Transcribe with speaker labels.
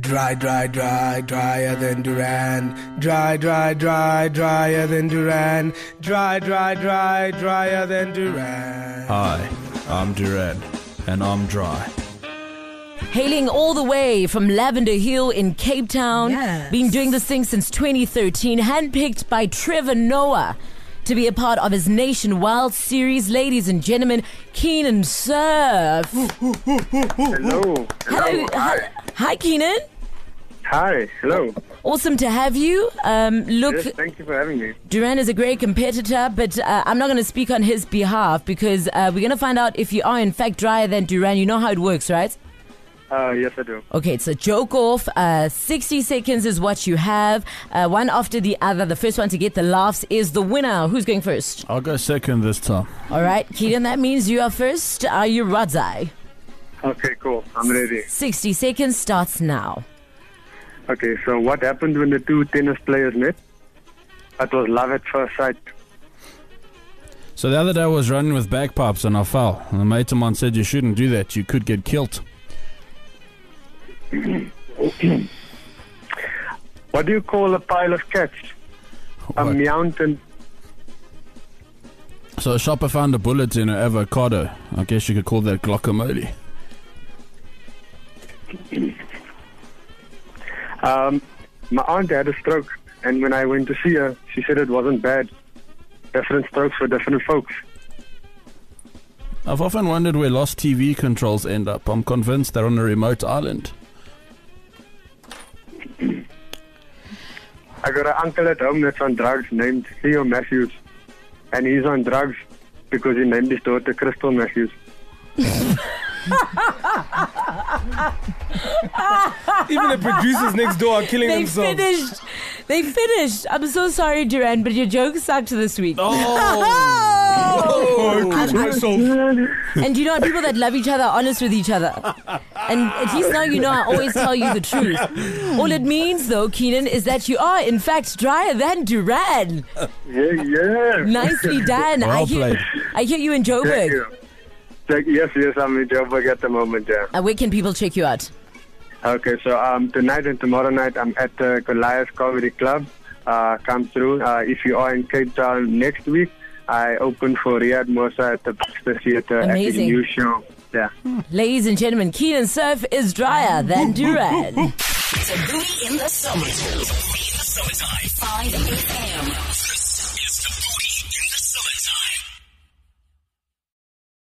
Speaker 1: Dry, dry, dry, drier than Duran. Dry, dry, dry, drier than Duran. Dry, dry, dry, drier than Duran.
Speaker 2: Hi, I'm Duran, and I'm dry.
Speaker 3: Hailing all the way from Lavender Hill in Cape Town.
Speaker 4: Yes.
Speaker 3: Been doing this thing since 2013, handpicked by Trevor Noah to be a part of his Nation Wild series. Ladies and gentlemen, Keenan Surf.
Speaker 5: Hello.
Speaker 3: Hello. Hi,
Speaker 5: Hi.
Speaker 3: hi Keenan.
Speaker 5: Hi. Hello.
Speaker 3: Awesome to have you. Um, look,
Speaker 5: Yes, thank you for having me.
Speaker 3: Duran is a great competitor, but uh, I'm not going to speak on his behalf because uh, we're going to find out if you are, in fact, drier than Duran. You know how it works, right?
Speaker 5: Uh, yes, I do.
Speaker 3: Okay, it's a joke off. Uh, 60 seconds is what you have. Uh, one after the other. The first one to get the laughs is the winner. Who's going first?
Speaker 2: I'll go second this time.
Speaker 3: All right, Keaton, that means you are first. Are you Radzai?
Speaker 5: Okay, cool. I'm ready.
Speaker 3: 60 seconds starts now.
Speaker 5: Okay, so what happened when the two tennis players met? That was love at first sight.
Speaker 2: So the other day I was running with bagpipes and I fell. And a mate of mine said you shouldn't do that. You could get killed.
Speaker 5: What do you call a pile of cats? A
Speaker 2: What?
Speaker 5: mountain.
Speaker 2: So a shopper found a bullet in an avocado. I guess you could call that guacamole.
Speaker 5: Um, my aunt had a stroke, and when I went to see her, she said it wasn't bad. Different strokes for different folks.
Speaker 2: I've often wondered where lost TV controls end up. I'm convinced they're on a remote island.
Speaker 5: I got an uncle at home that's on drugs named Theo Matthews, and he's on drugs because he named his daughter Crystal Matthews.
Speaker 1: Even the producers next door are killing
Speaker 3: They
Speaker 1: themselves.
Speaker 3: finished. They finished. I'm so sorry, Duran, but your joke sucked this week. Oh!
Speaker 1: Oh, I cooked myself.
Speaker 3: and you know what? People that love each other are honest with each other. And at least now you know I always tell you the truth. All it means, though, Keenan, is that you are, in fact, drier than Duran.
Speaker 5: Yeah, yeah.
Speaker 3: Nicely done. I,
Speaker 2: Well
Speaker 3: hear,
Speaker 2: played.
Speaker 3: I hear you in Joburg.
Speaker 5: Thank you. Thank- yes, yes, I'm in Joburg at the moment, yeah.
Speaker 3: Uh, where can people check you out?
Speaker 5: Okay, so um, tonight and tomorrow night I'm at the Goliath Comedy Club. Uh, come through. Uh, if you are in Cape Town next week, I open for Riyad Mosa at the Baxter Theatre at the
Speaker 3: Amazing.
Speaker 5: new show. Yeah.
Speaker 3: Ladies and gentlemen, Keenan Surf is drier than Duran.
Speaker 6: Tabooty in the summertime. Tabooty in the summertime. 5 a.m.